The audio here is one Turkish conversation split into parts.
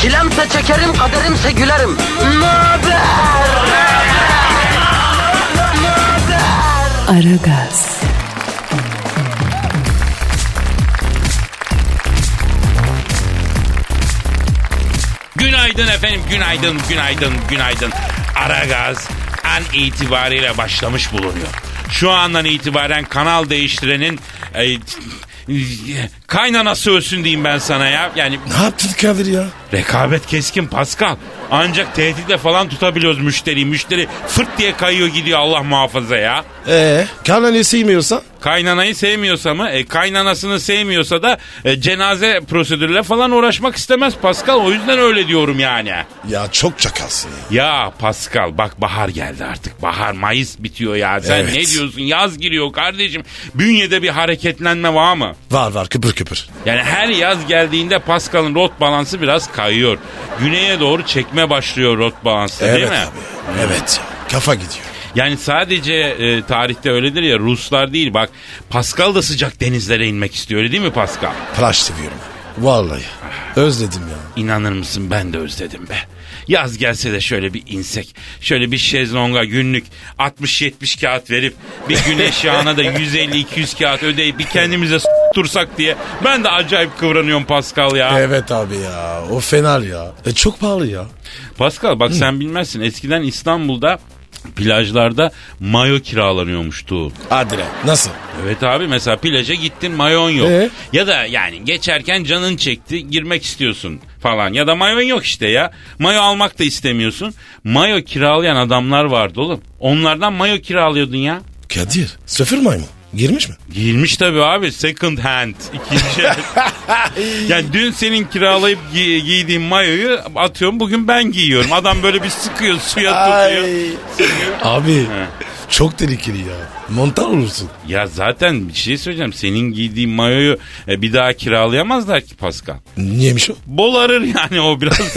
Çilemse çekerim, kaderimse gülerim. Möber! Aragaz, Günaydın efendim, günaydın, günaydın, günaydın. Aragaz an itibariyle başlamış bulunuyor. Şu andan itibaren kanal değiştirenin e, kaynanası ölsün diyeyim ben sana ya. Yani Ne yaptın Kadir ya? rekabet keskin Pascal. Ancak tehditle falan tutabiliyoruz müşteriyi. Müşteri fırt diye kayıyor gidiyor Allah muhafaza ya. Ee, kanal esiymiyorsa? Kaynanayı sevmiyorsa mı? E, kaynanasını sevmiyorsa da e, cenaze prosedürüyle falan uğraşmak istemez Pascal. O yüzden öyle diyorum yani. Ya çok çakalsın ya. Ya Pascal bak bahar geldi artık. Bahar Mayıs bitiyor ya. Sen Evet. ne diyorsun? Yaz giriyor kardeşim. Bünyede bir hareketlenme var mı? Var var kıpır kıpır. Yani her yaz geldiğinde Pascal'ın rot balansı biraz kayıyor. Güneye doğru çekme başlıyor rot balansı Evet değil mi? abi. Evet ya. Kafa gidiyor. Yani sadece e, tarihte öyledir ya Ruslar değil bak Pascal da sıcak denizlere inmek istiyor öyle değil mi Pascal? Flash seviyorum. Vallahi. Özledim ya. İnanır mısın ben de özledim be. Yaz gelse de şöyle bir insek. Şöyle bir şezlonga günlük 60-70 kağıt verip bir güneş yağına da 150-200 kağıt ödeyip bir kendimize tursak diye. Ben de acayip kıvranıyorum Pascal ya. Evet abi ya. O fener ya. E çok pahalı ya. Pascal bak sen bilmezsin eskiden İstanbul'da plajlarda mayo kiralanıyormuştu. Hadi lan. Nasıl? Evet abi mesela plaja gittin mayon yok. Ee? Ya da yani geçerken canın çekti girmek istiyorsun falan. Ya da mayon yok işte ya. Mayo almak da istemiyorsun. Mayo kiralayan adamlar vardı oğlum. Onlardan mayo kiralıyordun ya. Kadir. Sıfır maymun. Girmiş mi? Girmiş tabii abi second hand. İkinci el. yani dün senin kiralayıp gi- giydiğin mayoyu atıyorum bugün ben giyiyorum. Adam böyle bir sıkıyor suya tutuyor. Abi. Çok tehlikeli ya. Montar olursun. Ya zaten bir şey söyleyeceğim. Senin giydiğin mayoyu e, bir daha kiralayamazlar ki Pascal. Niyemiş o? Bolarır yani o biraz.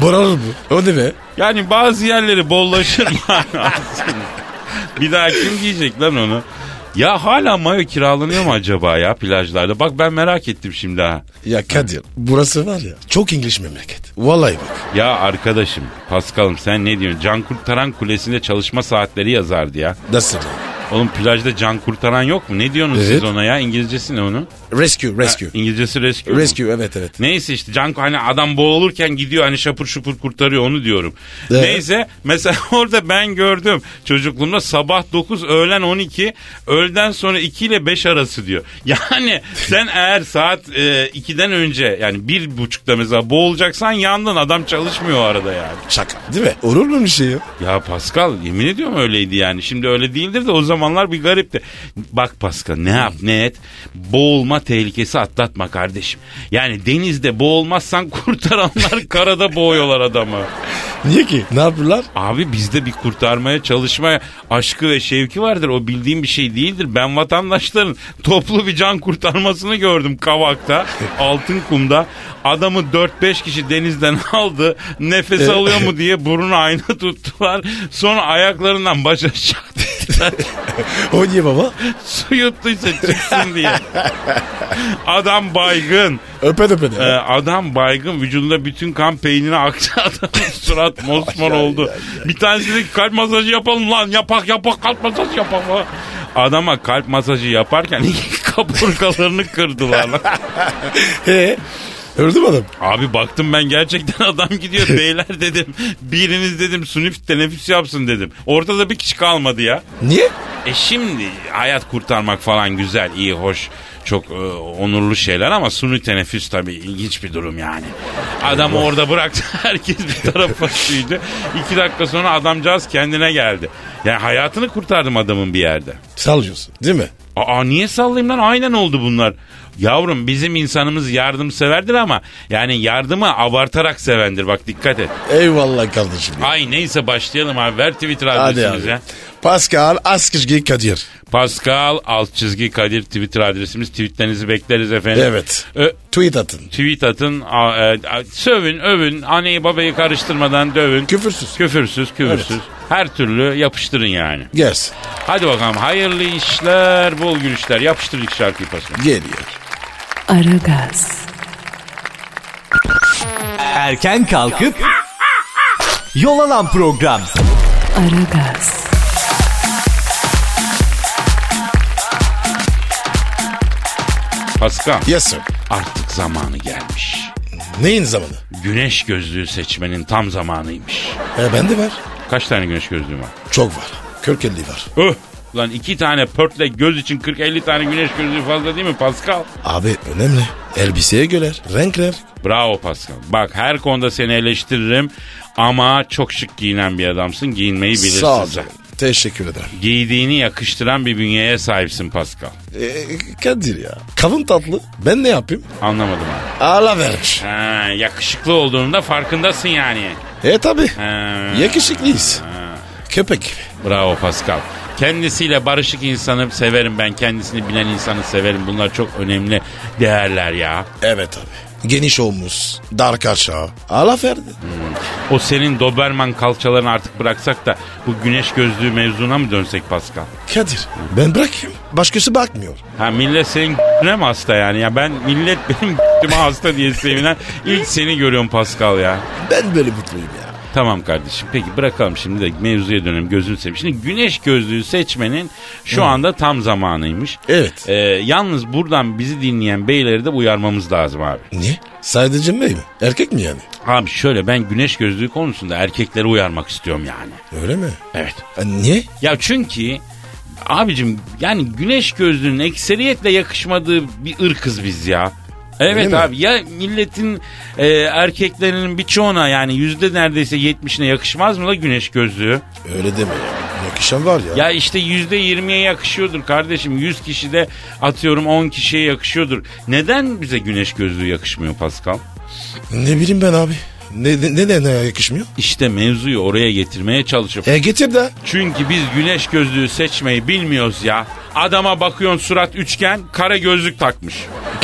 Boralır bu. O ne be? yani bazı yerleri bollaşır. yani. bir daha kim giyecek lan onu? Ya hala mayo kiralanıyor mu acaba ya plajlarda? Bak ben merak ettim şimdi ha. Ya Kadir. Burası var ya. Çok İngiliz memleket. Vallahi bak. Ya arkadaşım Paskal'ım sen ne diyorsun? Can kurtaran kulesinde çalışma saatleri yazardı ya. Nasıl? ya? Oğlum plajda can kurtaran yok mu? Ne diyorsunuz Evet. siz ona ya? İngilizcesi ne onun? Rescue, rescue. İngilizcesi rescue. mu? Rescue evet evet. Neyse işte can hani adam boğulurken gidiyor hani şapur şupur kurtarıyor onu diyorum. Evet. Neyse mesela orada ben gördüm çocukluğumda sabah 9 öğlen 12 öğleden sonra 2 ile 5 arası diyor. Yani sen eğer saat e, 2'den önce yani bir buçukta mesela boğulacaksan yandın adam çalışmıyor o arada yani. Şaka değil mi? Olur mu bir şey ya? Ya Pascal yemin ediyorum öyleydi yani. Şimdi öyle değildir de o zamanlar bir garipti. Bak Pascal ne yap ne et. Boğulma tehlikesi atlatma kardeşim. Yani denizde boğulmazsan kurtaranlar karada boğuyorlar adamı. Niye ki? Ne yapıyorlar? Abi bizde bir kurtarmaya çalışma aşkı ve şevki vardır. O bildiğim bir şey değildir. Ben vatandaşların toplu bir can kurtarmasını gördüm Kavak'ta. Altın kumda. Adamı 4-5 kişi denizden aldı. Nefes alıyor mu diye burnu ayna tuttular. Sonra ayaklarından baş aşağı tuttular. O niye baba? Su yuttuysa çıksın diye. Adam baygın. Öpe de öpe Ee, adam baygın vücudunda bütün kan peyniri aktı adamın surat mosmor Ay, ay, oldu. Bir tanesi dedi ki, kalp masajı yapalım lan yapak yapak kalp masajı yapak falan." Adama kalp masajı yaparken iki kaburgalarını kırdılar lan. Ee? Öldü mü adam? Abi baktım ben gerçekten adam gidiyor beyler dedim. Biriniz dedim sünüf teneffüs yapsın dedim. Ortada bir kişi kalmadı ya. Niye? E şimdi hayat kurtarmak falan güzel iyi hoş. çok e, onurlu şeyler ama suni teneffüs tabii ilginç bir durum yani. Adam orada bıraktı herkes bir tarafa sürdü. İki dakika sonra adamcağız kendine geldi. Yani hayatını kurtardım adamın bir yerde. Sallıyorsun değil mi? Aa niye sallayayım lan aynen oldu bunlar. Yavrum bizim insanımız yardımseverdir ama yani yardımı abartarak sevendir bak dikkat et. Eyvallah kardeşim. ya. Ay neyse başlayalım abi ver Twitter Hadi adresimizi abi. ya. Pascal Askışgi Kadir. Pascal alt çizgi Kadir Twitter adresimiz tweetlerinizi bekleriz efendim. Evet. Ö- Tweet atın. tweet atın a- e- a- sövün övün anneyi babayı karıştırmadan dövün. Küfürsüz. Küfürsüz küfürsüz. Evet. Her türlü yapıştırın yani. Yes. Hadi bakalım hayırlı işler bol gülüşler yapıştır ilk şarkıyı pasını. Geliyor. Aragaz, Erken kalkıp yol alan program. Aragaz, Pascal Yes sir. artık zamanı gelmiş. Neyin zamanı? Güneş gözlüğü seçmenin tam zamanıymış. E, bende var. Kaç tane güneş gözlüğü var? Çok var. 40-50 var. Öh! Lan iki tane pörtlek göz için 40-50 tane güneş gözlüğü fazla değil mi Pascal? Abi önemli. Elbiseye göre. Renk renk. Bravo Pascal. Bak her konuda seni eleştiririm ama çok şık giyinen bir adamsın. Giyinmeyi bilirsin Sağ ol. sen. canım. Teşekkür ederim. Giydiğini yakıştıran bir bünyeye sahipsin Pascal. E, Kadir ya. Kavun tatlı. Ben ne yapayım? Anlamadım abi. Ağla vermiş. Ha, yakışıklı olduğunda farkındasın yani. E tabi. Ha. Yakışıklıyız. Köpek gibi. Bravo Pascal. Kendisiyle barışık insanı severim ben. Kendisini bilen insanı severim. Bunlar çok önemli değerler ya. Evet abi. Geniş olmuş. Dar aşağı. Ağla verdi. O senin Doberman kalçalarını artık bıraksak da bu güneş gözlüğü mevzuna mı dönsek Pascal? Kadir ben bırakayım. Başkası bakmıyor. Ha millet senin ne mi hasta yani? Ya ben millet benim g***ime hasta diye sevinen ilk seni görüyorum Pascal ya. Ben böyle mutluyum ya. Tamam kardeşim peki bırakalım şimdi de mevzuya dönelim gözünü seveyim. Şimdi güneş gözlüğü seçmenin şu anda tam zamanıymış. Evet. Ee, yalnız buradan bizi dinleyen beyleri de uyarmamız lazım abi. Niye? Sadece bey mi? Erkek mi yani? Abi şöyle ben güneş gözlüğü konusunda erkekleri uyarmak istiyorum yani. Öyle mi? Evet. E, niye? Ya çünkü abicim yani güneş gözlüğünün ekseriyetle yakışmadığı bir ırkız biz ya. Evet mi? abi ya milletin e, erkeklerinin birçoğuna yani yüzde neredeyse 70'ine yakışmaz mı la güneş gözlüğü? Öyle deme ya. Yakışan var ya. Ya işte yüzde 20'ye yakışıyordur kardeşim. 100 kişide atıyorum 10 kişiye yakışıyordur. Neden bize güneş gözlüğü yakışmıyor Pascal? Ne bileyim ben abi. Ne, ne, neden yakışmıyor? İşte mevzuyu oraya getirmeye çalışıp E getir de. Çünkü biz güneş gözlüğü seçmeyi bilmiyoruz ya. Adama bakıyorsun surat üçgen, kare gözlük takmış.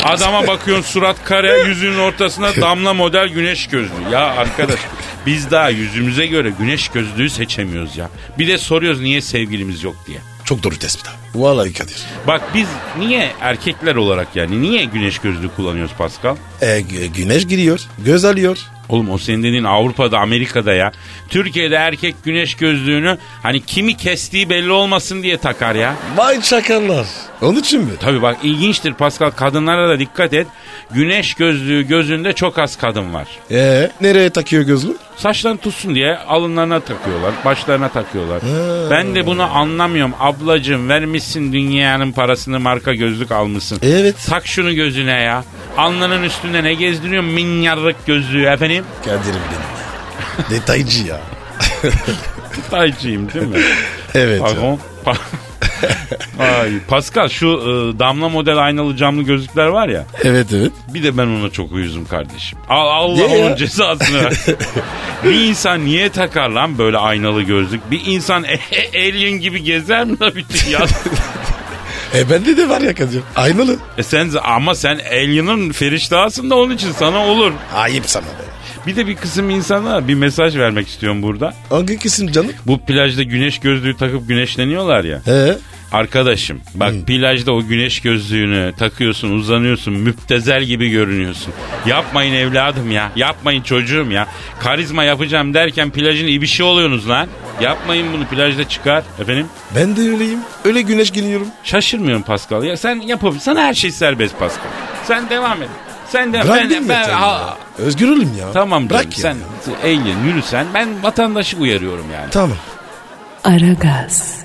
Adama bakıyorsun surat kare, yüzünün ortasına damla model güneş gözlüğü. Ya arkadaş biz daha yüzümüze göre güneş gözlüğü seçemiyoruz ya. Bir de soruyoruz niye sevgilimiz yok diye. Çok doğru tespit abi. Vallahi Kadir. Bak biz niye erkekler olarak yani niye güneş gözlüğü kullanıyoruz Pascal? E, gü- güneş giriyor. Göz alıyor. Oğlum o senin dediğin Avrupa'da Amerika'da ya. Türkiye'de erkek güneş gözlüğünü hani kimi kestiği belli olmasın diye takar ya. Vay çakallar. Onun için mi? Tabii bak ilginçtir Pascal kadınlara da dikkat et. Güneş gözlüğü gözünde çok az kadın var. E nereye takıyor gözlüğü? Saçlarını tutsun diye alınlarına takıyorlar, başlarına takıyorlar. Ben de bunu anlamıyorum. Ablacığım vermişsin dünyanın parasını marka gözlük almışsın. Evet. Tak şunu gözüne ya. Alnının üstünde ne gezdiriyor minyarlık gözlüğü efendim. Kadir'im benim. Detaycı ya. Taycıyım değil mi? Evet. ya. Pardon. Pa- Ay, Pascal şu e, damla model aynalı camlı gözlükler var ya. Evet evet. Bir de ben ona çok uyuzum kardeşim. Al Allah Niye ya? onun cezasını versin. bir insan niye takar lan böyle aynalı gözlük? Bir insan e- alien gibi gezer mi la bütün ya? E bende de var ya Kadir. Aynalı. e sen ama sen alien'ın feriştahısın da onun için sana olur. Ayıp sana be. Bir de bir kısım insana bir mesaj vermek istiyorum burada. Hangi kesim canım? Bu plajda güneş gözlüğü takıp güneşleniyorlar ya. He. Arkadaşım bak plajda o güneş gözlüğünü takıyorsun uzanıyorsun müptezel gibi görünüyorsun. Yapmayın evladım ya yapmayın çocuğum ya. Karizma yapacağım derken plajın ibişi oluyorsunuz lan. Yapmayın bunu plajda çıkar efendim. Ben de öyleyim. Öyle güneş giriyorum. Şaşırmıyorum Pascal ya sen yapabilirsin sana her şey serbest Pascal. Sen devam et. Sen de Bırak ben, ben, ben, ha- Özgürüm ya. Tamam canım, Bırak ya. sen eğlen yürü sen ben vatandaşı uyarıyorum yani. Tamam. Aragaz,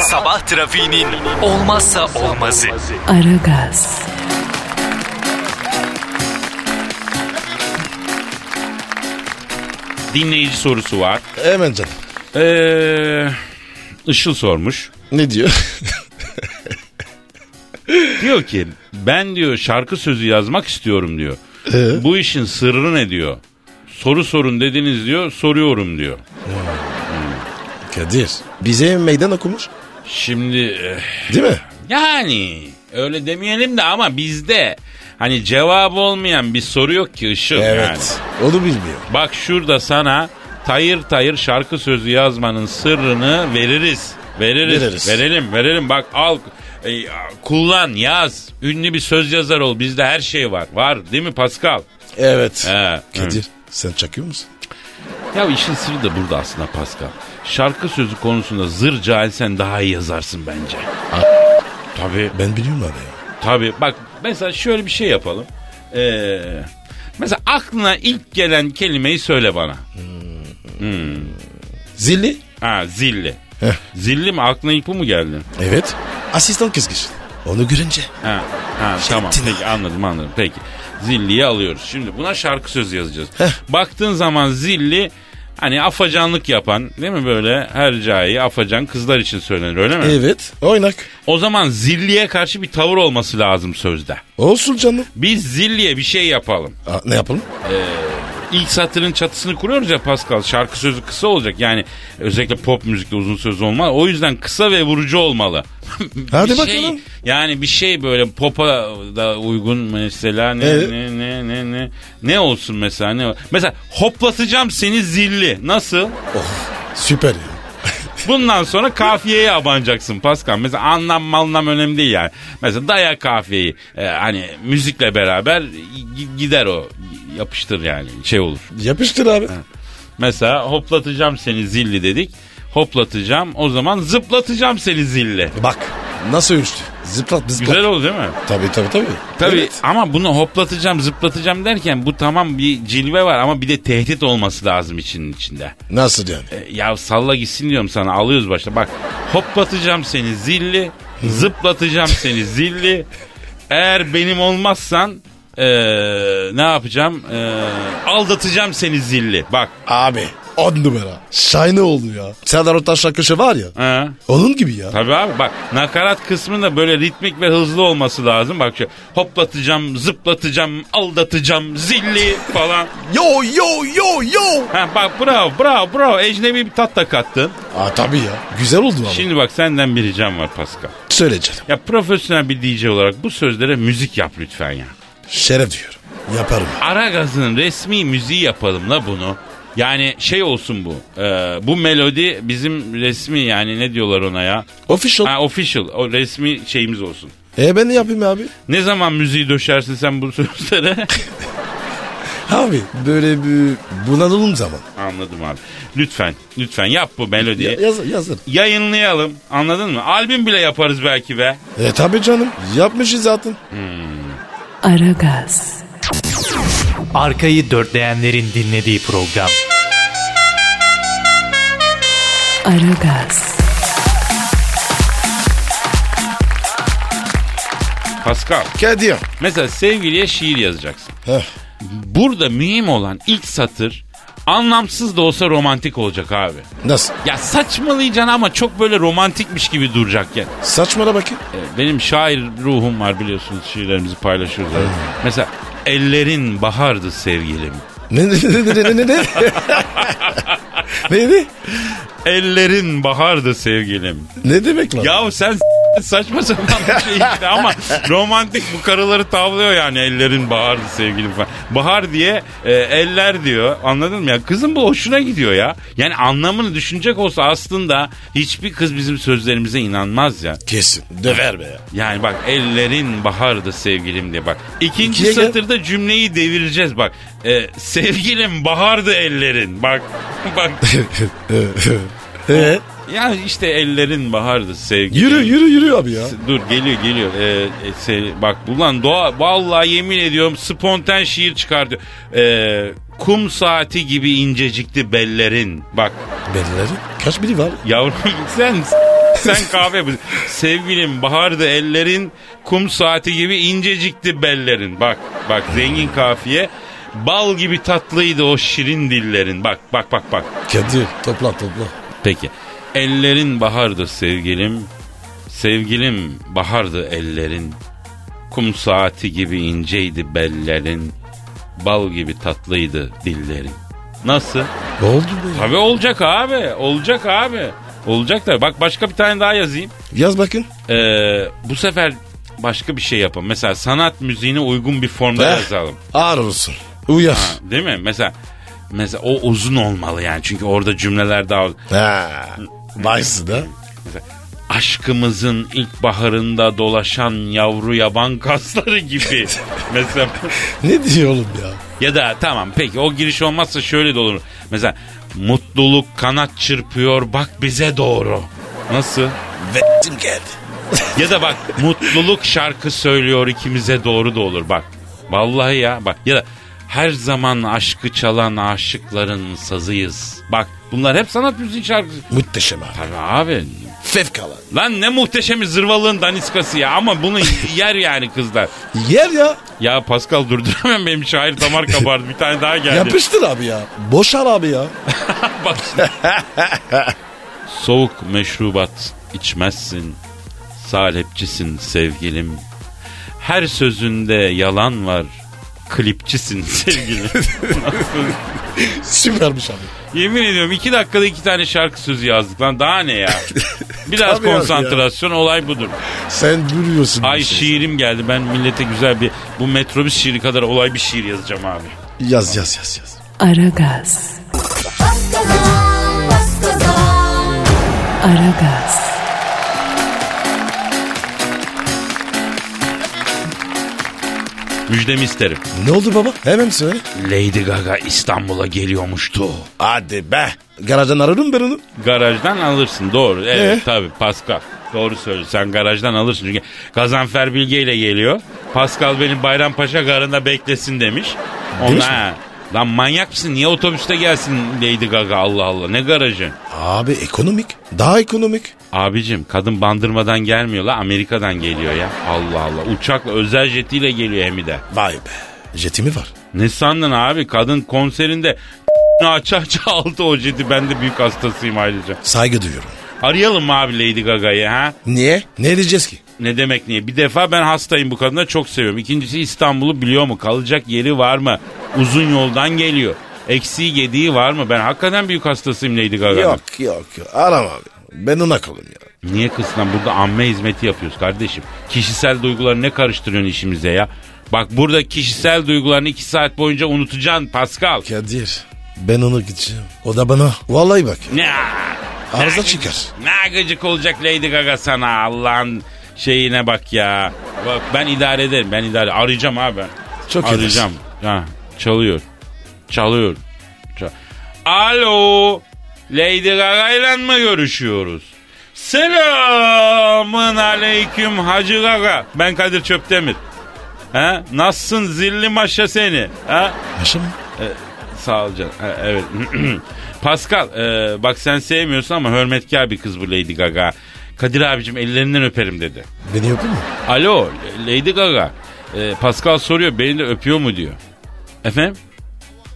Sabah trafiğinin olmazsa olmazı. Aragaz, Dinleyici sorusu var. Hemen canım. Ee, Işıl sormuş. Ne diyor? Diyor ki ben diyor şarkı sözü yazmak istiyorum diyor. Ee? Bu işin sırrı ne diyor. Soru sorun dediniz diyor soruyorum diyor. Kadir. Bize meydan okumuş. Şimdi eh, Değil mi? yani öyle demeyelim de ama bizde hani cevabı olmayan bir soru yok ki Işıl yani. Onu bilmiyor. Bak şurada sana tayır tayır şarkı sözü yazmanın sırrını veririz. Veririz. Veririz. Verelim verelim bak al e, kullan yaz. Ünlü bir söz yazar ol bizde her şey var. Var değil mi Pascal? Evet. He. Kadir sen çakıyor musun? Ya işin sırrı da burada aslında Pascal. Şarkı sözü konusunda zır cahil sen daha iyi yazarsın bence. Tabii Ben biliyorum abi ya. Tabii bak mesela şöyle bir şey yapalım. Ee, mesela aklına ilk gelen kelimeyi söyle bana. Zilli. Ha zilli. Heh. Zilli mi? Aklına ilk bu mu geldi? Evet. Asistan kızgış. Onu görünce. Ha, ha tamam ettin peki anladım anladım peki. Zilliyi alıyoruz. Şimdi buna şarkı sözü yazacağız. Baktığın zaman zilli hani afacanlık yapan değil mi böyle her cahiyi afacan kızlar için söylenir öyle mi? Evet. Oynak. O zaman zilliye karşı bir tavır olması lazım sözde. Olsun canım. Biz zilliye bir şey yapalım. Aa, ne yapalım? İlk satırın çatısını kuruyoruz ya Pascal. Şarkı sözü kısa olacak. Yani özellikle pop müzikte uzun söz olmaz. O yüzden kısa ve vurucu olmalı. Bir Hadi şey- bakalım. Yani bir şey böyle popa da uygun mesela ne Evet. ne ne ne ne ne olsun mesela ne mesela hoplatacağım seni zilli. Nasıl? Süper ya. Bundan sonra kafiyeye abanacaksın Pascal. Mesela anlam anlam önemli değil yani. Mesela daya kafiyeyi Ee, hani müzikle beraber gi- gider o yapıştır yani şey olur. Yapıştır abi. Mesela hoplatacağım seni zilli dedik. Hoplatacağım o zaman zıplatacağım seni zilli. Bak nasıl ölçtü. Zıplat zıplat. Güzel oldu değil mi? Tabii tabii tabii. Tabii Evet. ama bunu hoplatacağım zıplatacağım derken bu tamam bir cilve var ama bir de tehdit olması lazım içinin içinde. Nasıl yani? E, ya salla gitsin diyorum sana alıyoruz başta bak hoplatacağım seni zilli zıplatacağım seni zilli eğer benim olmazsan e, ne yapacağım E, aldatacağım seni zilli bak Abi. On numara. Şahane oldu ya. Serdar Ortaç şarkışı var ya. ha. Onun gibi ya. Tabii abi bak nakarat kısmında böyle ritmik ve hızlı olması lazım. Bak şu hoplatacağım, zıplatacağım, aldatacağım, zilli falan. Yo yo yo yo. Ha bak bravo bravo bravo ecnebi bir tat da kattın. Aa tabii ya. Güzel oldu ama. Şimdi... Şimdi bak senden bir ricam var Pascal. Söyle canım. Ya profesyonel bir DJ olarak bu sözlere müzik yap lütfen ya. Şeref diyorum. Yaparım. Ara Gaz'ın resmi müziği yapalım la bunu. Yani şey olsun bu. e, bu melodi bizim resmi yani ne diyorlar ona ya? Official. Ha, official. O resmi şeyimiz olsun. E ben ne yapayım abi? Ne zaman müziği döşersin sen bu sözlere? Abi böyle bir bunalım zaman. Anladım abi. Lütfen, lütfen yap bu melodiyi. Ya, yazır yazır. Yayınlayalım. Anladın mı? Albüm bile yaparız belki be. E tabi canım. Yapmışız zaten. Aragaz, Arkayı dörtleyenlerin dinlediği program. Aragaz, Pascal. Kadir. Mesela sevgiliye şiir yazacaksın. Heh. Burada mühim olan ilk satır anlamsız da olsa romantik olacak abi. Nasıl? Ya saçmalayacaksın ama çok böyle romantikmiş gibi duracak yani. Saçmala bakayım. Ee, Benim şair ruhum var biliyorsunuz şiirlerimizi paylaşıyoruz. Mesela ellerin bahardı sevgilim. Ne ne ne ne ne ne ne? Neydi? Ellerin bahardı sevgilim. Ne demek lan? Ya sen s- saçma sapan bir şey işte ama romantik bu karıları tavlıyor yani ellerin bahardı sevgilim falan. Bahar diye e, eller diyor anladın mı ya? Kızın bu hoşuna gidiyor ya. Yani anlamını düşünecek olsa aslında hiçbir kız bizim sözlerimize inanmaz ya. Kesin. Döver be ya. Yani bak ellerin bahardı sevgilim diye bak. İkinci İkiye gel. satırda cümleyi devireceğiz bak. E, sevgilim bahardı ellerin bak. bak Ee, ya işte ellerin bahardı sevgilim. yürü yürü yürü abi ya. Dur geliyor geliyor. Ee, e, se- bak ulan doğa vallahi yemin ediyorum spontan şiir çıkardı. Ee, kum saati gibi incecikti bellerin. Bak Belleri. Kaç biri var? yavrum sen s- Sen kahve bu. Sevgilim bahardı ellerin, kum saati gibi incecikti bellerin. Bak bak zengin kafiye. Bal gibi tatlıydı o şirin dillerin. Bak bak bak bak. Kadir topla topla. Peki. Ellerin bahardır sevgilim. Sevgilim bahardı ellerin. Kum saati gibi inceydi bellerin. Bal gibi tatlıydı dillerin. Nasıl? Ne oldu be? Tabii olacak abi. Olacak abi. Olacak tabii. Bak başka bir tane daha yazayım. Yaz bakın. Ee, bu sefer başka bir şey yapalım. Mesela sanat müziğine uygun bir formda Eh, yazalım. Ağır olsun. Uyar. Değil mi? Mesela mesela o uzun olmalı yani. Çünkü orada cümleler daha Ha. Vaysın ha. aşkımızın ilk baharında dolaşan yavru yaban kasları gibi. Mesela Ne diyor oğlum ya? ya da tamam peki o giriş olmazsa şöyle de olur. Mesela mutluluk kanat çırpıyor bak bize doğru. Nasıl? Vettim geldi. Ya da bak mutluluk şarkı söylüyor ikimize doğru da olur bak. Vallahi ya bak ya da her zaman aşkı çalan aşıkların sazıyız. Bak bunlar hep sanat müziği şarkısı. Muhteşem abi. Tabii abi Fevkalade. Lan ne muhteşem zırvalığın daniskası ya ama bunu yer yani kızlar. Yer ya. Ya Pascal durduramam benim şair damar kabardı bir tane daha geldi. Yapıştır abi ya. Boşar abi ya. Bak şimdi. Soğuk meşrubat içmezsin. Salepçisin sevgilim. Her sözünde yalan var. Klipçisin sevgilim. Süpermiş abi. Yemin ediyorum iki dakikada iki tane şarkı sözü yazdık lan daha ne ya. Biraz Tabii abi ya. konsantrasyon olay budur. Sen duruyorsun. Ay bir şey. şiirim geldi. Ben millete güzel bir bu metrobüs şiiri kadar olay bir şiir yazacağım abi. Yaz yaz yaz yaz. Aragaz, Pascal, Pascal, Aragaz, Müjdemi isterim. Ne oldu baba? Hemen söyle. Lady Gaga İstanbul'a geliyormuştu. Hadi be. Garajdan aradım ben onu. Garajdan alırsın doğru. Evet Ee? tabii Pascal. Doğru söylüyorsun. Sen garajdan alırsın. Çünkü Gazanfer Bilge ile geliyor. Pascal beni Bayrampaşa garında beklesin demiş. Demiş Ona ha, Lan manyak mısın? Niye otobüste gelsin Lady Gaga Allah Allah. Ne garajı? Abi ekonomik. Daha ekonomik. Abicim kadın bandırmadan gelmiyor la Amerika'dan geliyor ya. Allah Allah. Uçakla özel jetiyle geliyor hem de. Vay be. Jeti mi var? Ne sandın abi? Kadın konserinde aça aça aldı o jeti. Ben de büyük hastasıyım ayrıca. Saygı duyuyorum. Arayalım mı abi Lady Gaga'yı ha? Niye? Ne diyeceğiz ki? Ne demek niye? Bir defa ben hastayım bu kadına çok seviyorum. İkincisi İstanbul'u biliyor mu? Kalacak yeri var mı? Uzun yoldan geliyor. Eksiği gediği var mı? Ben hakikaten büyük hastasıyım Lady Gaga'nın. Yok yok yok. Arama abi. Ben ona kalım ya. Niye kısmen burada amme hizmeti yapıyoruz kardeşim? Kişisel duyguları ne karıştırıyorsun işimize ya? Bak burada kişisel duygularını iki saat boyunca unutacaksın Pascal. Kadir. Ben ona gideceğim. O da bana. Vallahi bak. Ne? Arıza Ne- çıkar. Ne gıcık olacak Lady Gaga sana Allah'ın şeyine bak ya. Bak ben idare ederim ben idare arayacağım abi ben. Çok arayacağım. Ha, çalıyor. Çalıyor. Çal- Alo. Lady Gaga ile mi görüşüyoruz? Selamın aleyküm Hacı Gaga. Ben Kadir Çöptemir. Ha? Nasılsın zilli maşa seni? Ha? Yaşa mı? Sağ ol canım. Ha, Evet. Pascal e, bak sen sevmiyorsun ama hürmetkar bir kız bu Lady Gaga. Kadir abicim ellerinden öperim dedi. Beni öpün mü? Alo Lady Gaga. E, Pascal soruyor beni de öpüyor mu diyor. Efendim?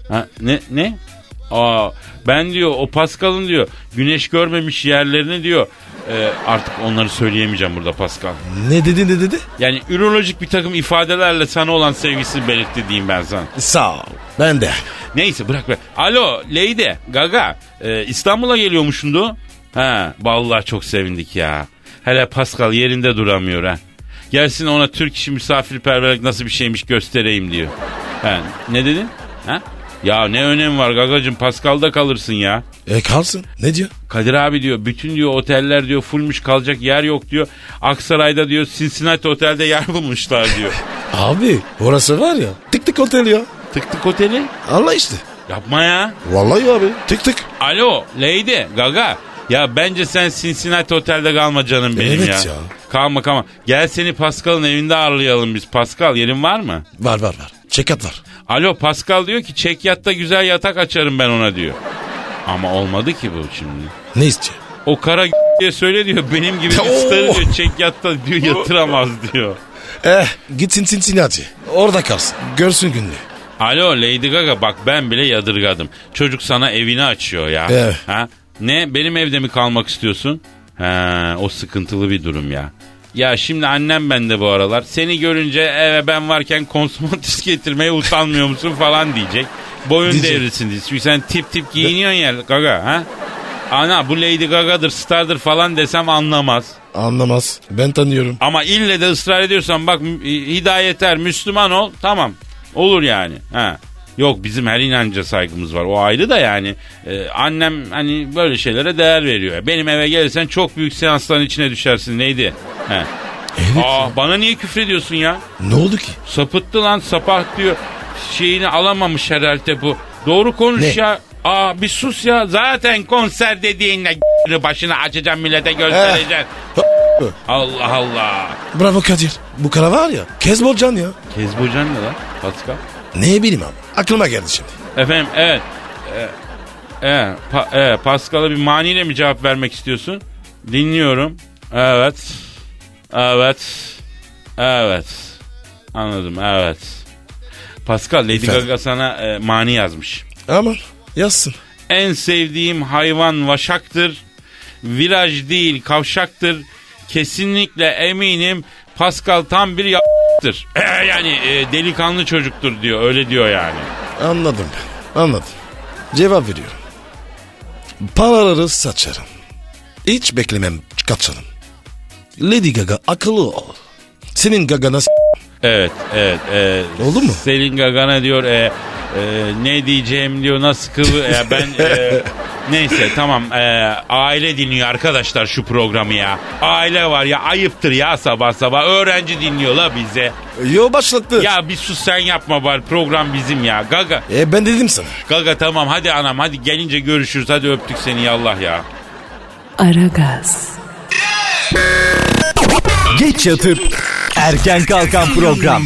Ha, ne ne? Aa ben diyor o Pascal'ın diyor güneş görmemiş yerlerini diyor. e, artık onları söyleyemeyeceğim burada Pascal. Ne dedi ne dedi? Yani ürolojik bir takım ifadelerle sana olan sevgisini belirtti diyeyim ben sana. Sağ ol. Ben de. Neyse bırak bırak. Alo Lady Gaga e, İstanbul'a geliyormuşsundu. Ha vallahi çok sevindik ya. Hele Pascal yerinde duramıyor ha. Gelsin ona Türk işi misafirperverlik nasıl bir şeymiş göstereyim diyor. Ha, ne dedin? Ha? Ya ne önemi var Gagacım Pascal'da kalırsın ya. E kalsın. Ne diyor? Kadir abi diyor bütün diyor oteller diyor fullmüş kalacak yer yok diyor. Aksaray'da diyor Cincinnati otelde yer bulmuşlar diyor. Abi orası var ya. Tık tık otel ya. tık tık oteli? Allah işte. Yapma ya. Vallahi abi. Tık tık. Alo Lady Gaga. Ya bence sen Cincinnati Otel'de kalma canım benim Evet ya. ya. Kalma kalma. Gel seni Pascal'ın evinde ağırlayalım biz. Pascal yerin var mı? Var var var. Çekat var. Alo Pascal diyor ki çek yatta güzel yatak açarım ben ona diyor. Ama olmadı ki bu şimdi. Ne istiyor? O kara diye söyle diyor. Benim gibi Oo. starı diyor çek yatta diyor yatıramaz diyor. Eh gitsin Cincinnati. Orada kalsın. Görsün günlüğü. Alo Lady Gaga bak ben bile yadırgadım. Çocuk sana evini açıyor ya. Evet. Ha? Ne benim evde mi kalmak istiyorsun? Ha, o sıkıntılı bir durum ya. Ya şimdi annem bende bu aralar. Seni görünce eve ben varken konsomatis getirmeye utanmıyor musun falan diyecek. Boyun Diyecek. devrilsin diye. Çünkü sen tip tip giyiniyorsun ya Gaga. Ha? Ana bu Lady Gaga'dır, stardır falan desem anlamaz. Anlamaz. Ben tanıyorum. Ama ille de ısrar ediyorsan bak mü- hidayeter Müslüman ol tamam olur yani. Ha. Yok bizim her inanca saygımız var o ayrı da yani Ee, annem hani böyle şeylere değer veriyor. Benim eve gelirsen çok büyük seansların içine düşersin neydi? He. Aa, bana niye küfrediyorsun ya? Ne oldu ki? Sapıttı lan sapah diyor. Şeyini alamamış herhalde bu. Doğru konuş Ne? ya. Aa bir sus ya. Zaten konser dediğinle başını açacağım millete göstereceğim. Allah Allah. Bravo Kadir. Bu kara var ya. Kezbolcan ya. Kezbocan ne lan Pascal? Ne bileyim abi. Aklıma geldi şimdi. Efendim evet. E, e, pa, e, Pascal'a bir maniyle mi cevap vermek istiyorsun? Dinliyorum. Evet. Evet. Evet. Anladım evet. Pascal Lady Efendim? Gaga sana e, mani yazmış. Aman yazsın. En sevdiğim hayvan vaşaktır. Viraj değil kavşaktır. Kesinlikle eminim Pascal tam bir y***tır. yani e, delikanlı çocuktur diyor. Öyle diyor yani. Anladım ben. Anladım. Cevap veriyorum. Paraları saçarım. Hiç beklemem kaçarım. Lady Gaga akıllı ol. Senin gagana s- Evet, evet. E, Oldu mu? Selin Gagana diyor, e, e, ne diyeceğim diyor, nasıl kıvı... e, ben... e, neyse tamam, e, aile dinliyor arkadaşlar şu programı ya. Aile var ya, ayıptır ya sabah sabah. Öğrenci dinliyor la bize. Yo başlattı. Ya bir sus sen yapma bari, program bizim ya. Gaga, E ben dedim sana. Gaga tamam hadi anam, hadi gelince görüşürüz, hadi öptük seni yallah ya. Aragaz, Geç yatıp erken kalkan program.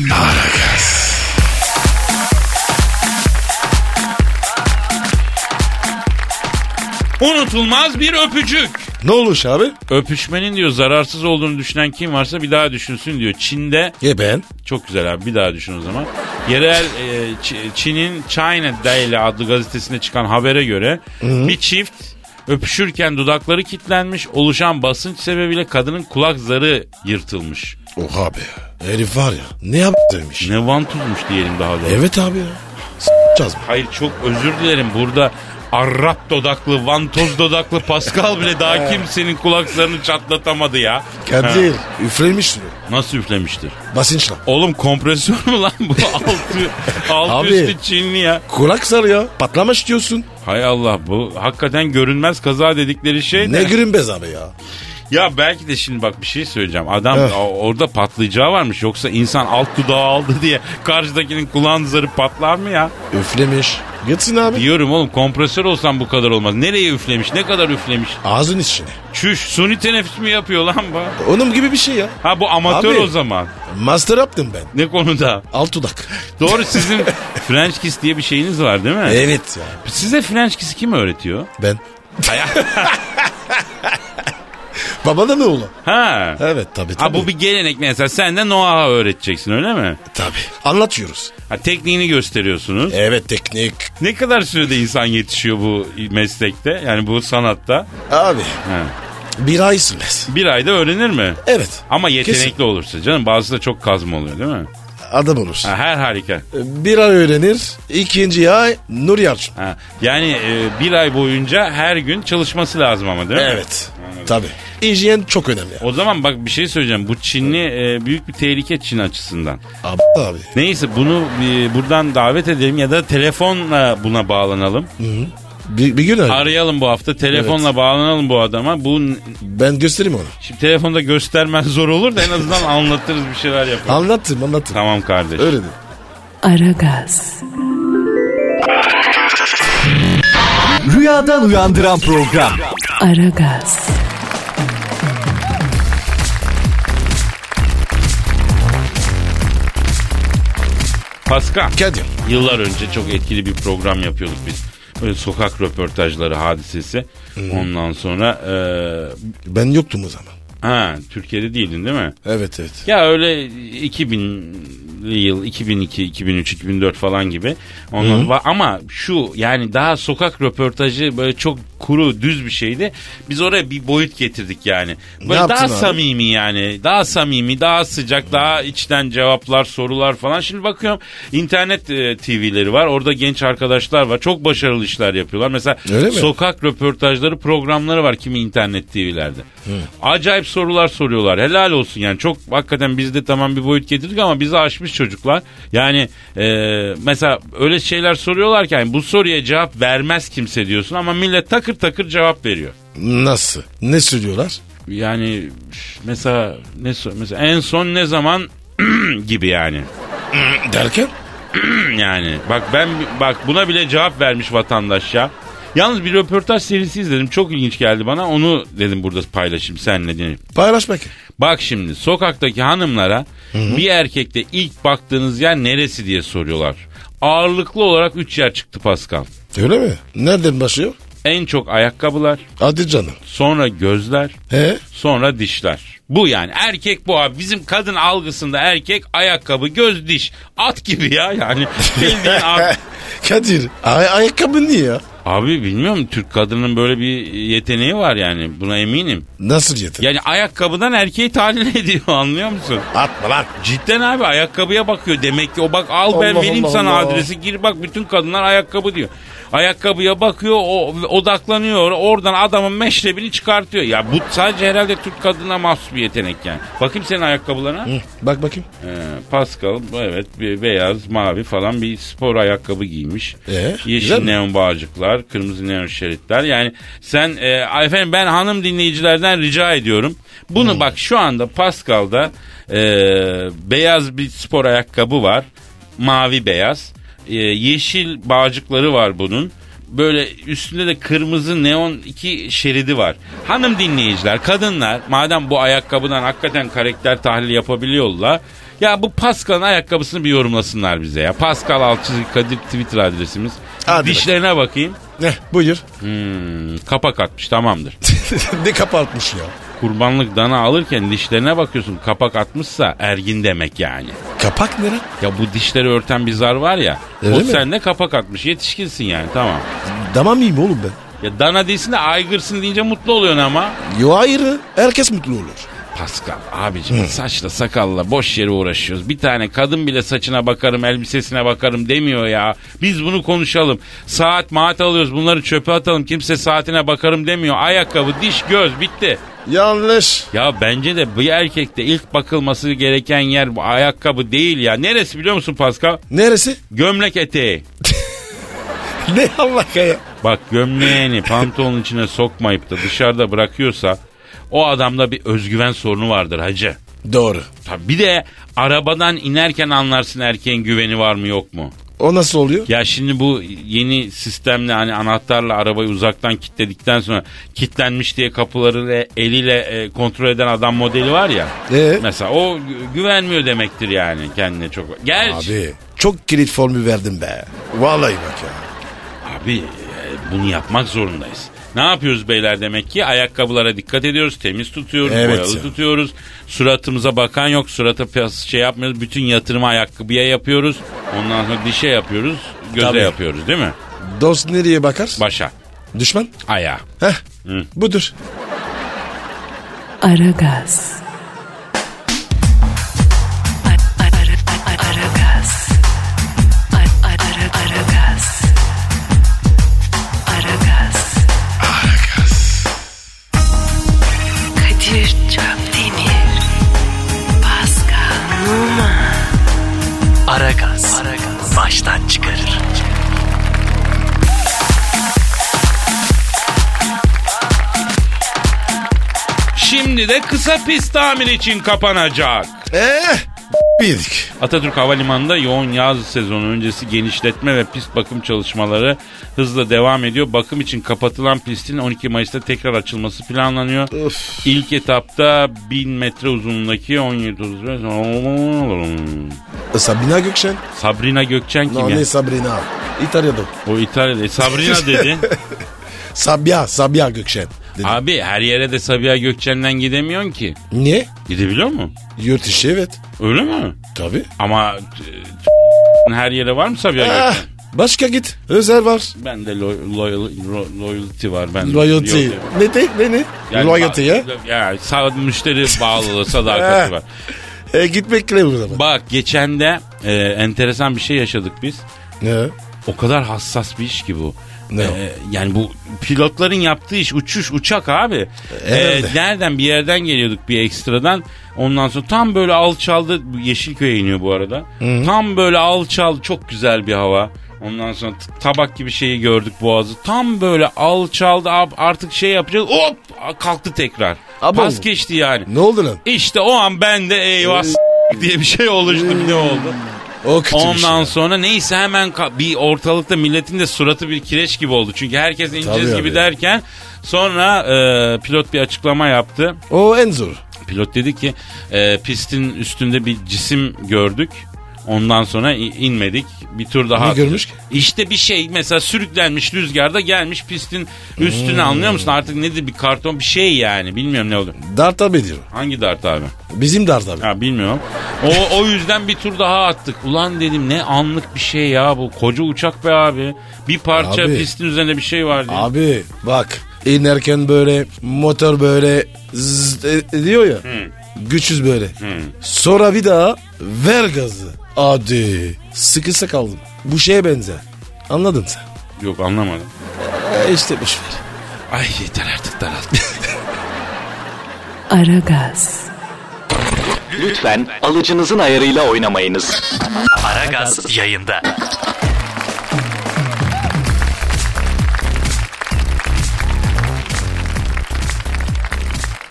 Unutulmaz bir öpücük. Ne olmuş abi? Öpüşmenin diyor zararsız olduğunu düşünen kim varsa bir daha düşünsün diyor. Çin'de E ben. Çok güzel abi bir daha düşün o zaman. Yerel e, Ç- Çin'in China Daily adlı gazetesinde çıkan habere göre bir çift öpüşürken dudakları kilitlenmiş oluşan basınç sebebiyle kadının kulak zarı yırtılmış. Oha abi. Herif var ya. Ne yaptıymış? Ne vantuzmuş diyelim daha doğrusu. Evet abi ya. S***caz mı? Hayır çok özür dilerim burada Arap dodaklı, vantoz dodaklı Pascal bile daha kimsenin kulak zarını çatlatamadı ya. Kadir. Ha, Üflemiş mi? Nasıl üflemiştir? Basınçla. Oğlum kompresyon mu lan bu? altı, altı Abi. üstü Çinli ya. Kulak sar ya. Patlamış diyorsun. Hay Allah bu hakikaten görünmez kaza dedikleri şey E, Ne de. gülünmez abi ya. Ya belki de şimdi bak bir şey söyleyeceğim. Adam Evet. a- orada patlayacağı varmış. Yoksa insan alt dudağı aldı diye karşıdakinin kulağın zarı patlar mı ya? Üflemiş. Gitsin abi. Diyorum oğlum kompresör olsam bu kadar olmaz. Nereye üflemiş? Ne kadar üflemiş? Ağzın içine. Çüş suni teneffüs mü yapıyor lan bu? Onun gibi bir şey ya. Ha bu amatör Abi. o zaman. Master yaptım ben. Ne konuda? Alt dudak. Doğru sizin French kiss diye bir şeyiniz var değil mi? evet ya. Size French kiss'i kim öğretiyor? Ben. Baba da ne oğlum? Ha. Evet tabii E- tabii. Ha bu bir gelenek mesela sen de Noah'a öğreteceksin öyle mi? Tabii. Anlatıyoruz. Ha, tekniğini gösteriyorsunuz. Evet teknik. Ne kadar sürede insan yetişiyor bu meslekte? Yani bu sanatta. Abi Ha. bir ay sürmez. Bir ayda öğrenir mi? Evet. Ama yetenekli Kesin. olursa canım. Bazısı da çok kazma oluyor değil mi? Adam olur. Ha, her harika. Bir ay öğrenir. İkinci ay Nur Yarçın. Ha. Yani e, bir ay boyunca her gün çalışması lazım ama değil mi? Evet. Tabii. Hijyen çok önemli. O zaman bak bir şey söyleyeceğim. Bu Çinli e, büyük bir tehlike Çin açısından. Abi. abi. Neyse bunu e, buradan davet edelim ya da telefonla buna bağlanalım. Bir, bir gün öyle. Arayalım bu hafta. Telefonla bağlanalım bu adama. Bu Ben göstereyim onu. şimdi telefonda göstermen zor olur da en azından anlatırız bir şeyler yaparız. Anlattım anlattım. Tamam kardeş. Öğrendim. Aragaz, Rüyadan uyandıran program. Aragaz, Pascal. Kadir. Yıllar önce çok etkili bir program yapıyorduk biz. e, sokak röportajları hadisesi. Ondan sonra e, Ben yoktum o zaman. ha Türkiye'de değildin değil mi? Evet evet. Ya öyle 2000'li yıl 2002, 2003, 2004 falan gibi. Onlar va- ama şu yani daha sokak röportajı böyle çok kuru düz bir şeydi. Biz oraya bir boyut getirdik yani. Ne Böyle daha yaptın abi? samimi yani. Daha samimi, daha sıcak, daha içten cevaplar, sorular falan. Şimdi bakıyorum internet e, TV'leri var. Orada genç arkadaşlar var. Çok başarılı işler yapıyorlar. Mesela Öyle mi? sokak röportajları programları var kimi internet TV'lerde. Acayip sorular soruyorlar. Helal olsun yani. Çok hakikaten biz de tamam bir boyut getirdik ama bizi aşmış çocuklar. Yani e, mesela öyle şeyler soruyorlar ki yani bu soruya cevap vermez kimse diyorsun ama millet takır takır cevap veriyor. Nasıl? Ne söylüyorlar? Yani mesela ne sor- mesela en son ne zaman gibi yani. Derken? yani. Bak ben bak buna bile cevap vermiş vatandaş ya. Yalnız bir röportaj serisi izledim. Çok ilginç geldi bana. Onu dedim burada paylaşayım seninle dinle. Paylaş bakayım. Bak şimdi sokaktaki hanımlara bir erkekte ilk baktığınız yer neresi diye soruyorlar. Ağırlıklı olarak 3 yer çıktı Pascal. Öyle mi? Nereden başlıyor? En çok ayakkabılar, Hadi canım. sonra gözler, He? sonra dişler. Bu yani erkek bu abi. Bizim kadın algısında erkek ayakkabı, göz, diş. At gibi ya yani. Bildiğin abi. Kadir ay- ayakkabı niye ya? Abi bilmiyorum Türk kadının böyle bir yeteneği var yani buna eminim. Nasıl yeter? Yani ayakkabıdan erkeği tahlil ediyor anlıyor musun? Atma lan. Cidden abi ayakkabıya bakıyor demek ki o bak al ben Allah vereyim Allah sana Allah. adresi gir bak bütün kadınlar ayakkabı diyor. Ayakkabıya bakıyor o odaklanıyor oradan adamın meşrebini çıkartıyor. Ya bu sadece herhalde Türk kadına mahsus bir yetenek yani. Bakayım senin ayakkabılarına. Hı, bak bakayım. Ee, Pascal evet bir beyaz mavi falan bir spor ayakkabı giymiş. Ee, Yeşil güzel mi? neon bağcıklar, kırmızı neon şeritler. Yani sen e, ay efendim ben hanım dinleyicilerden rica ediyorum. Bunu bak şu anda Pascal'da e, beyaz bir spor ayakkabı var. Mavi beyaz. E, yeşil bağcıkları var bunun. Böyle üstünde de kırmızı neon iki şeridi var. Hanım dinleyiciler, kadınlar madem bu ayakkabıdan hakikaten karakter tahlili yapabiliyorlar. Ya bu Pascal'ın ayakkabısını bir yorumlasınlar bize ya. Pascal Alçızı Kadir Twitter adresimiz. Hadi Dişlerine bakayım. Heh, buyur. Hmm, kapak atmış tamamdır. ne kapatmış ya. Kurbanlık dana alırken dişlerine bakıyorsun. Kapak atmışsa ergin demek yani. Kapak nere? Ya bu dişleri örten bir zar var ya. Öyle o mi? sende kapak atmış. Yetişkinsin yani tamam. Tamam mıyım oğlum ben? Ya dana değilsin de aygırsın deyince mutlu oluyorsun ama. Yo hayır. Herkes mutlu olur. Pascal abicim saçla sakalla boş yere uğraşıyoruz. Bir tane kadın bile saçına bakarım elbisesine bakarım demiyor ya. Biz bunu konuşalım. Saat maat alıyoruz bunları çöpe atalım. Kimse saatine bakarım demiyor. Ayakkabı diş göz bitti. Yanlış. Ya bence de bir erkekte ilk bakılması gereken yer bu ayakkabı değil ya. Neresi biliyor musun Pascal? Neresi? Gömlek eteği. Ne Allah ya? Bak gömleğini pantolonun içine sokmayıp da dışarıda bırakıyorsa o adamda bir özgüven sorunu vardır hacı. Doğru. Tabii bir de arabadan inerken anlarsın erkeğin güveni var mı yok mu? O nasıl oluyor? Ya şimdi bu yeni sistemle hani anahtarla arabayı uzaktan kilitledikten sonra kilitlenmiş diye kapıları e- eliyle e, kontrol eden adam modeli var ya. Ee? Mesela o gü- güvenmiyor demektir yani kendine çok. Gerçi abi, Abi çok kilit formü verdim be. Vallahi bak ya. e, bunu yapmak zorundayız. Ne yapıyoruz beyler demek ki ayakkabılara dikkat ediyoruz, temiz tutuyoruz, Evet boyalı ya. tutuyoruz. Suratımıza bakan yok, surata piyas- şey yapmıyoruz. Bütün yatırımı ayakkabıya yapıyoruz. Ondan sonra dişe yapıyoruz, göze Tabii. yapıyoruz değil mi? Dost nereye bakar? Başa, Düşman? ayağa. Heh. Hı. Budur. Aragaz. Ara- ara- ara- Aragaz. Ara- ara- Aragaz. Aragaz. Kadir Çöpdemir. Pascal Numa. Aragaz. Baştan çıkarır. Şimdi de kısa pist tamir için kapanacak. Ee, bildik. Atatürk Havalimanı'nda yoğun yaz sezonu öncesi genişletme ve pist bakım çalışmaları hızla devam ediyor. Bakım için kapatılan pistin 12 Mayıs'ta tekrar açılması planlanıyor. Öf. İlk etapta 1000 metre uzunluğundaki 17 uzun- Sabina Gökşen. Sabrina Gökçen kim No, ya? ne Sabrina. İtalya'dan. O İtalya'da. E, Sabrina dedin. Sabiha, Sabiha Gökşen. Dedi. Abi her yere de Sabiha Gökçen'den gidemiyorsun ki. Niye? Gidebiliyor mu? Yurt dışı evet. Öyle mi? Tabii. Ama e, her yere var mı Sabiha Ah, Gökçen? başka git. Özel var. Ben de lo- loyal- ro- loyalty var bende. Loyalty. Yok, yok. Ne tek ne ne? Yani Loyalty ba- ya. Ya sa- müşteri bağlılığı sadakati var. E, gitmekle o zaman. Bak geçen de e, enteresan bir şey yaşadık biz. Ne? O kadar hassas bir iş ki bu. Ee, Ne o? yani bu pilotların yaptığı iş uçuş uçak abi. Ee, Herhalde. nereden bir yerden geliyorduk bir ekstradan. Ondan sonra tam böyle alçaldı bu Yeşilköy'e iniyor bu arada. Tam böyle alçaldı çok güzel bir hava. Ondan sonra t- tabak gibi şeyi gördük boğazı. Tam böyle alçaldı ab- artık şey yapacağız hop kalktı tekrar. Abo. Pas geçti yani. Ne oldu lan? İşte o an ben de eyvah s- diye bir şey oluştu ne oldu. O kötü bir şey. Ondan sonra neyse hemen ka- bir ortalıkta milletin de suratı bir kireç gibi oldu. Çünkü herkes ineceğiz Tabii gibi abi. derken sonra e, pilot bir açıklama yaptı. şey. O en zor. Pilot dedi ki e, pistin üstünde bir cisim gördük. Ondan sonra i- inmedik. Bir tur daha. Ne attık." görmüş ki? İşte bir şey mesela sürüklenmiş rüzgarda gelmiş pistin üstüne Hmm. anlıyor musun? Artık nedir bir karton bir şey yani bilmiyorum ne oldu. Dart abi diyor. Hangi dart abi? Bizim dart abi. Ya bilmiyorum. O, o yüzden bir tur daha attık. Ulan dedim ne anlık bir şey ya bu. Koca uçak be abi. Bir parça Abi. pistin üzerinde bir şey var diye. Abi bak inerken böyle motor böyle zzz ediyor ya. Güçsüz böyle. Sonra bir daha ver gazı. Hadi. Sıkısa kaldım. Bu şeye benzer. Anladın sen. Yok anlamadım. E işte boş ver. Ay yeter artık daralttı. Aragaz, Lütfen alıcınızın ayarıyla oynamayınız. Aragaz yayında.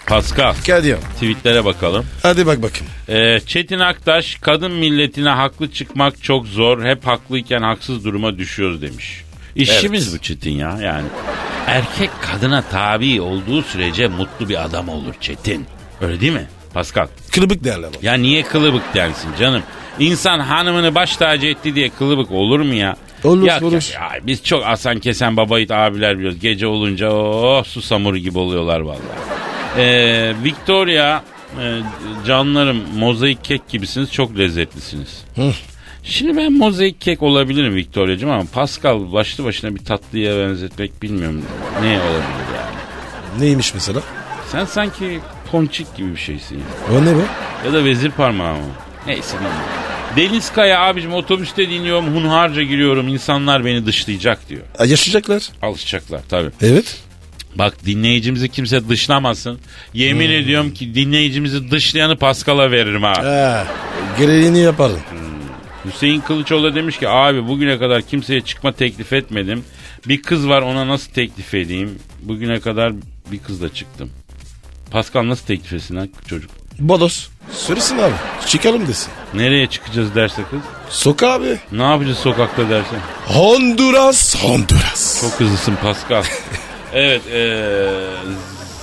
Pascal Kadir. tweetlere bakalım. Hadi bak bakayım. Ee, Çetin Aktaş kadın milletine haklı çıkmak çok zor. Hep haklıyken haksız duruma düşüyoruz demiş. İşimiz bu Çetin ya yani. Erkek kadına tabi olduğu sürece mutlu bir adam olur Çetin. Öyle değil mi? Pascal. Kılıbık derler bak. Ya niye kılıbık dersin canım? İnsan hanımını baş tacı etti diye kılıbık olur mu ya? Olur, Yok olur. Ya, ya biz çok asan kesen babayit abiler biliyoruz. Gece olunca oh su samuru gibi oluyorlar vallahi. Ee, Victoria e, canlarım mozaik kek gibisiniz çok lezzetlisiniz. Şimdi ben mozaik kek olabilirim Victoria'cığım ama Pascal başlı başına bir tatlıya benzetmek bilmiyorum. Ne olabilir yani? Neymiş mesela? Sen sanki ponçik gibi bir şeysin ya. O ne bu? Ya da vezir parmağı mı? Neyse bilmiyorum. Deniz Kaya abicim otobüste dinliyorum hunharca giriyorum insanlar beni dışlayacak diyor. Ha, yaşayacaklar. Alışacaklar tabii. Evet. Bak dinleyicimizi kimse dışlamasın. Yemin ediyorum ki dinleyicimizi dışlayanı Paskal'a veririm ha. Ha, gereğini yaparım. Hüseyin Kılıçoğlu demiş ki abi bugüne kadar kimseye çıkma teklif etmedim. Bir kız var ona nasıl teklif edeyim? Bugüne kadar bir kızla çıktım. Paskal nasıl teklif etsin ha çocuk? Bodos. Söylesin abi. Çıkalım desin. Nereye çıkacağız derse kız? Sok abi. Ne yapacağız sokakta derse? Honduras. Honduras. Çok hızlısın Pascal. evet. eee,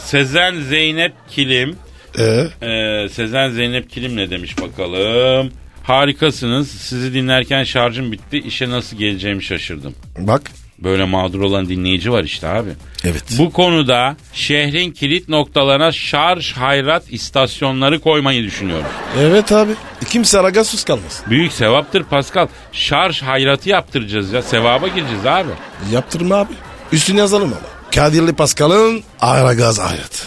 Sezen Zeynep Kilim. Ee, eee, Sezen Zeynep Kilim ne demiş bakalım. Harikasınız. Sizi dinlerken şarjım bitti. İşe nasıl geleceğimi şaşırdım. bak. Böyle mağdur olan dinleyici var işte abi. Evet. Bu konuda şehrin kilit noktalarına şarj hayrat istasyonları koymayı düşünüyorum. Evet abi. E, Kimse aragasız kalmaz. Büyük sevaptır Pascal. Şarj hayratı yaptıracağız ya. Sevaba gireceğiz abi. E, Yaptırma abi. Üstüne yazalım ama. Kadirli Pascal'ın Aragaz hayrat.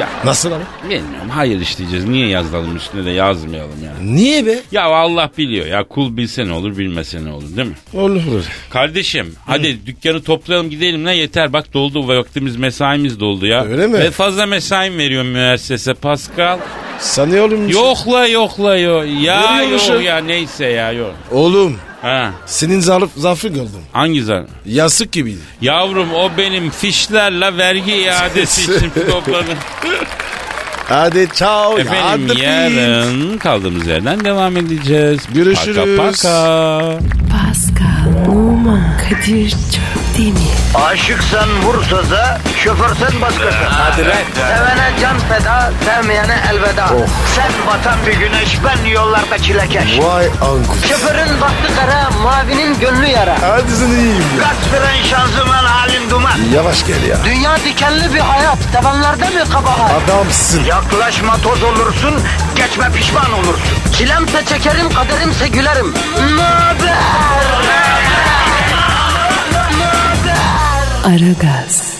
Ya Nasıl abi? Bilmiyorum hayır işleyeceğiz. Niye yazalım üstüne de yazmayalım yani. Niye be? Ya Allah biliyor ya kul bilse ne olur bilmese ne olur değil mi? Olur olur. Kardeşim hadi dükkanı toplayalım gidelim ne yeter bak doldu vaktimiz mesaimiz doldu ya. Öyle mi? Ve fazla mesaim veriyorum müessese Pascal. Sen ne oğlum? Yokla yokla yok. Ya Veriyormuşum. yok ya neyse ya yok. Oğlum Ha, senin zarf, zarfı gördüm. hangi zar? Yasık gibiydi. Yavrum o benim fişlerle vergi iadesi için topladım. Hadi ciao. Efendim yarın kaldığımız yerden devam edeceğiz. Görüşürüz. Paka paka. Pascal, Oman, Kadir çok değil mi? Aşıksan vursa da, şoförsen başkasın. Hadi lan. Sevene can feda, sevmeyene elveda. Sen batan bir güneş, ben yollarda çilekeş. Vay anku. Şoförün baktı kara, mavinin gönlü yara. Hadi sen iyiyim ya. Kasperen şanzıman halin duman. Yavaş gel ya. Dünya dikenli bir hayat, sevenlerde mi kabahar? Adamsın. Yaklaşma toz olursun, geçme pişman olursun. Çilemse çekerim, kaderimse gülerim. Möber! Aragaz.